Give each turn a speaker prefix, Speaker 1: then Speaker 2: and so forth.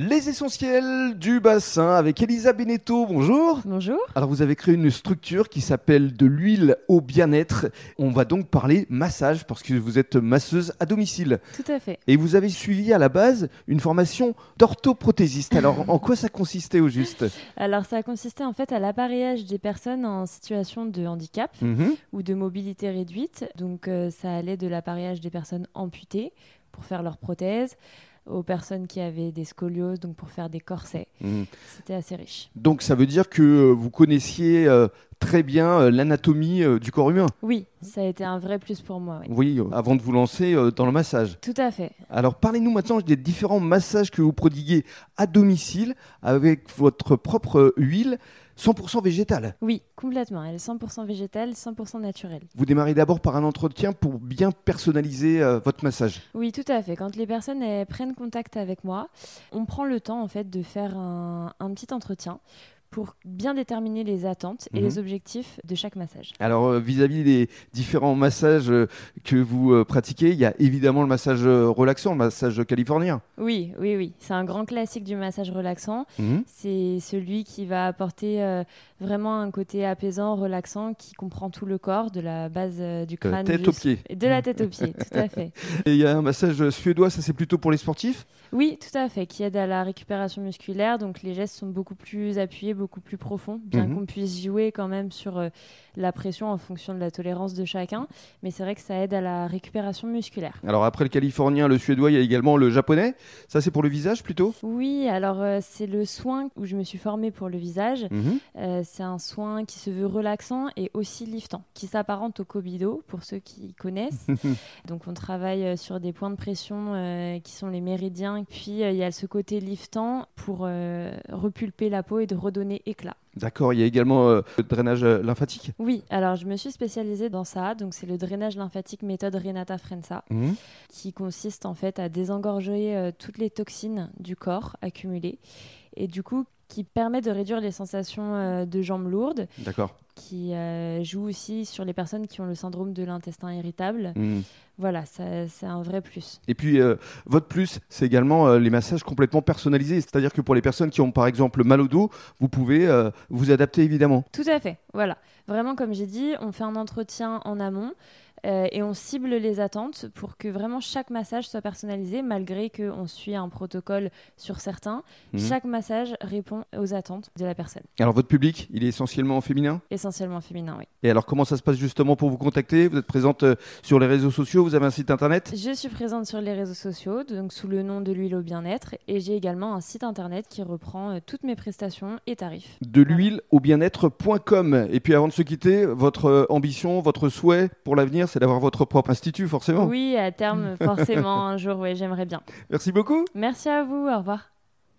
Speaker 1: Les essentiels du bassin avec Elisa Beneteau, bonjour.
Speaker 2: Bonjour.
Speaker 1: Alors vous avez créé une structure qui s'appelle de l'huile au bien-être. On va donc parler massage parce que vous êtes masseuse à domicile.
Speaker 2: Tout à fait.
Speaker 1: Et vous avez suivi à la base une formation d'orthoprothésiste. Alors en quoi ça consistait au juste
Speaker 2: Alors ça consistait en fait à l'appareillage des personnes en situation de handicap
Speaker 1: Mhm.
Speaker 2: ou de mobilité réduite. Donc euh, ça allait de l'appareillage des personnes amputées pour faire leurs prothèses aux personnes qui avaient des scolioses, donc pour faire des corsets.
Speaker 1: Mhm.
Speaker 2: C'était assez riche.
Speaker 1: Donc ça veut dire que euh, vous connaissiez euh, très bien euh, l'anatomie euh, du corps humain.
Speaker 2: Oui, ça a été un vrai plus pour moi. ouais.
Speaker 1: Oui, euh, avant de vous lancer euh, dans le massage.
Speaker 2: Tout à fait.
Speaker 1: Alors parlez-nous maintenant des différents massages que vous prodiguez à domicile avec votre propre euh, huile 100% végétale.
Speaker 2: Oui, complètement. Elle est 100% végétale, 100% naturelle.
Speaker 1: Vous démarrez d'abord par un entretien pour bien personnaliser euh, votre massage.
Speaker 2: Oui, tout à fait. Quand les personnes elles, prennent contact avec moi, on prend le temps en fait de faire un, un petit entretien pour bien déterminer les attentes et
Speaker 1: Mhm.
Speaker 2: les objectifs de chaque massage.
Speaker 1: Alors euh, vis-à-vis des différents massages euh, que vous euh, pratiquez, il y a évidemment le massage euh, relaxant, le massage californien.
Speaker 2: Oui, oui, oui. C'est un grand classique du massage relaxant.
Speaker 1: Mhm.
Speaker 2: C'est celui qui va apporter euh, vraiment un côté apaisant, relaxant, qui comprend tout le corps, de la base euh, du
Speaker 1: De la
Speaker 2: crâne.
Speaker 1: tête aux
Speaker 2: jusqu'-
Speaker 1: pieds.
Speaker 2: De la tête aux pieds, tout à fait.
Speaker 1: Et il y a un massage suédois, ça c'est plutôt pour les sportifs.
Speaker 2: Oui, tout à fait, qui aide à la récupération musculaire. Donc les gestes sont beaucoup plus appuyés, beaucoup plus profonds, bien
Speaker 1: Mhm.
Speaker 2: qu'on puisse jouer quand même sur euh, la pression en fonction de la tolérance de chacun. Mais c'est vrai que ça aide à la récupération musculaire.
Speaker 1: Alors après le californien, le suédois, il y a également le japonais. Ça c'est pour le visage plutôt.
Speaker 2: Oui, alors euh, c'est le soin où je me suis formée pour le visage.
Speaker 1: Mhm.
Speaker 2: Euh, c'est un soin qui se veut relaxant et aussi liftant, qui s'apparente au kobido pour ceux qui connaissent. Donc on travaille euh, sur des points de pression euh, qui sont les méridiens. Puis euh, il y a ce côté liftant pour euh, repulper la peau et de redonner éclat.
Speaker 1: D'accord, il y a également euh, le drainage euh, lymphatique.
Speaker 2: Oui, alors je me suis spécialisée dans ça. Donc c'est le drainage lymphatique méthode Renata Frenza
Speaker 1: Mhm.
Speaker 2: qui consiste en fait à désengorger euh, toutes les toxines du corps accumulées et du coup qui permet de réduire les sensations euh, de jambes lourdes
Speaker 1: D'accord.
Speaker 2: qui euh, joue aussi sur les personnes qui ont le syndrome de l'intestin irritable.
Speaker 1: Mhm.
Speaker 2: Voilà, ça- c'est un vrai plus.
Speaker 1: Et puis, euh, votre plus, c'est également euh, les massages complètement personnalisés. C'est-à-dire que pour les personnes qui ont, par exemple, mal au dos, vous pouvez euh, vous adapter, évidemment.
Speaker 2: Tout à fait, voilà. Vraiment, comme j'ai dit, on fait un entretien en amont euh, et on cible les attentes pour que vraiment chaque massage soit personnalisé, malgré qu'on suit un protocole sur certains.
Speaker 1: Mhm.
Speaker 2: Chaque massage répond aux attentes de la personne,
Speaker 1: Alors, votre public, il est essentiellement féminin.
Speaker 2: essentiellement féminin, oui.
Speaker 1: Et alors, comment ça se passe justement pour vous contacter Vous êtes présente euh, sur les réseaux sociaux, vous avez un site internet
Speaker 2: Je suis présente sur les réseaux sociaux, donc sous le nom de l'huile au bien-être, et j'ai également un site internet qui reprend euh, toutes mes prestations et tarifs.
Speaker 1: de l'huile au bien-être.com. Et puis avant de se quitter, votre euh, ambition, votre souhait pour l'avenir, c'est d'avoir votre propre institut, forcément.
Speaker 2: Oui, à terme, forcément, un jour, oui, j'aimerais bien.
Speaker 1: Merci beaucoup.
Speaker 2: Merci à vous, au revoir.